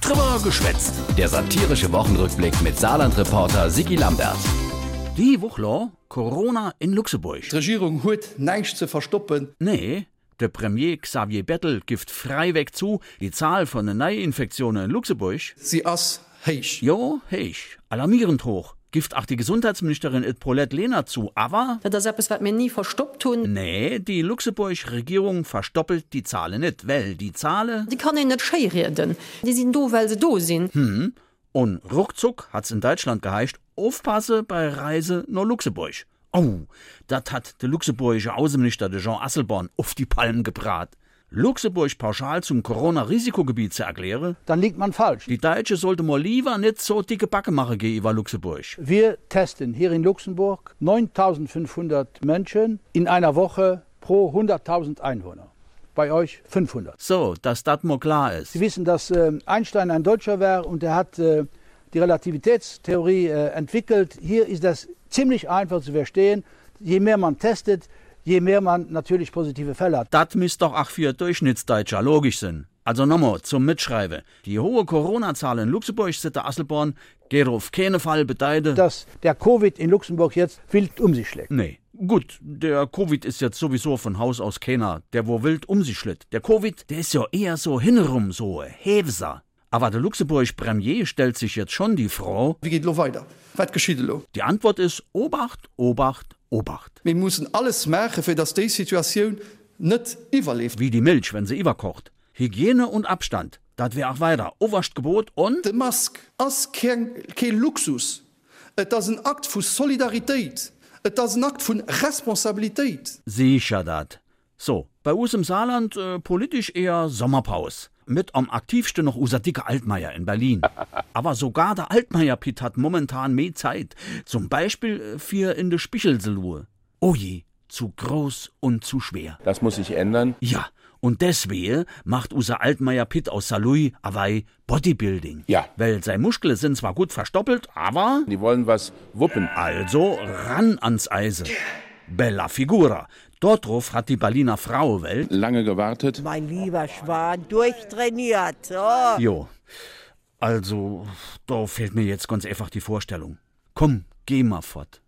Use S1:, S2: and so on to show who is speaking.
S1: Drüber geschwätzt. Der satirische Wochenrückblick mit Saarland-Reporter Sigi Lambert.
S2: Die Wuchler, Corona in Luxemburg.
S3: Die Regierung hat nichts zu verstoppen.
S2: Nee, der Premier Xavier Bettel gibt freiweg zu, die Zahl von den Neuinfektionen in Luxemburg.
S3: Sie ist heisch.
S2: Jo, heich, alarmierend hoch. Gift auch die Gesundheitsministerin Ed Paulette Lehner zu, aber
S4: Das ist etwas, was wir nie verstoppt tun.
S2: nee, die Luxemburg-Regierung verstoppelt die Zahlen nicht, weil die Zahlen
S4: Die kann ich nicht schön reden. Die sind da, weil sie da sind.
S2: und ruckzuck hat's in Deutschland geheischt, aufpasse bei Reise nach Luxemburg. Oh, das hat der luxemburgische Außenminister de Jean Asselborn auf die Palmen gebrat. Luxemburg pauschal zum Corona-Risikogebiet zu erklären,
S5: dann liegt man falsch.
S2: Die Deutsche sollte mal lieber nicht so dicke Backe machen gegenüber Luxemburg.
S5: Wir testen hier in Luxemburg 9500 Menschen in einer Woche pro 100.000 Einwohner. Bei euch 500.
S2: So, dass das mal klar ist.
S5: Sie wissen, dass ähm, Einstein ein Deutscher war und er hat äh, die Relativitätstheorie äh, entwickelt. Hier ist das ziemlich einfach zu verstehen. Je mehr man testet, je mehr man natürlich positive Fälle hat.
S2: Das misst doch auch für Durchschnittsdeutscher logisch sind. Also nochmal zum Mitschreiben. Die hohe Corona-Zahl in Luxemburg, sitte Asselborn, geht auf keinen Fall bedeuten.
S5: Dass der Covid in Luxemburg jetzt wild um sich schlägt.
S2: Nee. Gut, der Covid ist jetzt sowieso von Haus aus keiner, der wo wild um sich schlitt. Der Covid, der ist ja eher so hinrum, so ein Heveser. Aber der Luxemburg Premier stellt sich jetzt schon die Frau.
S3: Wie geht lo weiter? Was geschieht lo?
S2: Die Antwort ist Obacht, Obacht, Obacht.
S3: Wir müssen alles machen, für dass die Situation nicht überlebt.
S2: Wie die Milch, wenn sie überkocht. Hygiene und Abstand. Das wäre auch weiter. Oberst Gebot und
S3: Die Mask ist kein, kein Luxus. Das ist ein Akt von Solidarität. Das ist ein Akt von Responsabilität.
S2: sicher dat. So, bei uns im Saarland äh, politisch eher Sommerpaus. Mit am aktivsten noch unser dicker Altmaier in Berlin. Aber sogar der Altmaier-Piet hat momentan mehr Zeit. Zum Beispiel äh, für in de Spichelselue. Oh je, zu groß und zu schwer.
S6: Das muss sich ändern.
S2: Ja, und deswegen macht unser Altmaier-Piet aus Salui, Hawaii, Bodybuilding.
S6: Ja.
S2: Weil seine Muskeln sind zwar gut verstoppelt, aber...
S6: Die wollen was wuppen.
S2: Also ran ans Eisen. Bella Figura. Dort drauf hat die Berliner Frauenwelt.
S6: Lange gewartet.
S7: Mein lieber Schwan, durchtrainiert. Oh.
S2: Jo. Also, da fehlt mir jetzt ganz einfach die Vorstellung. Komm, geh mal fort.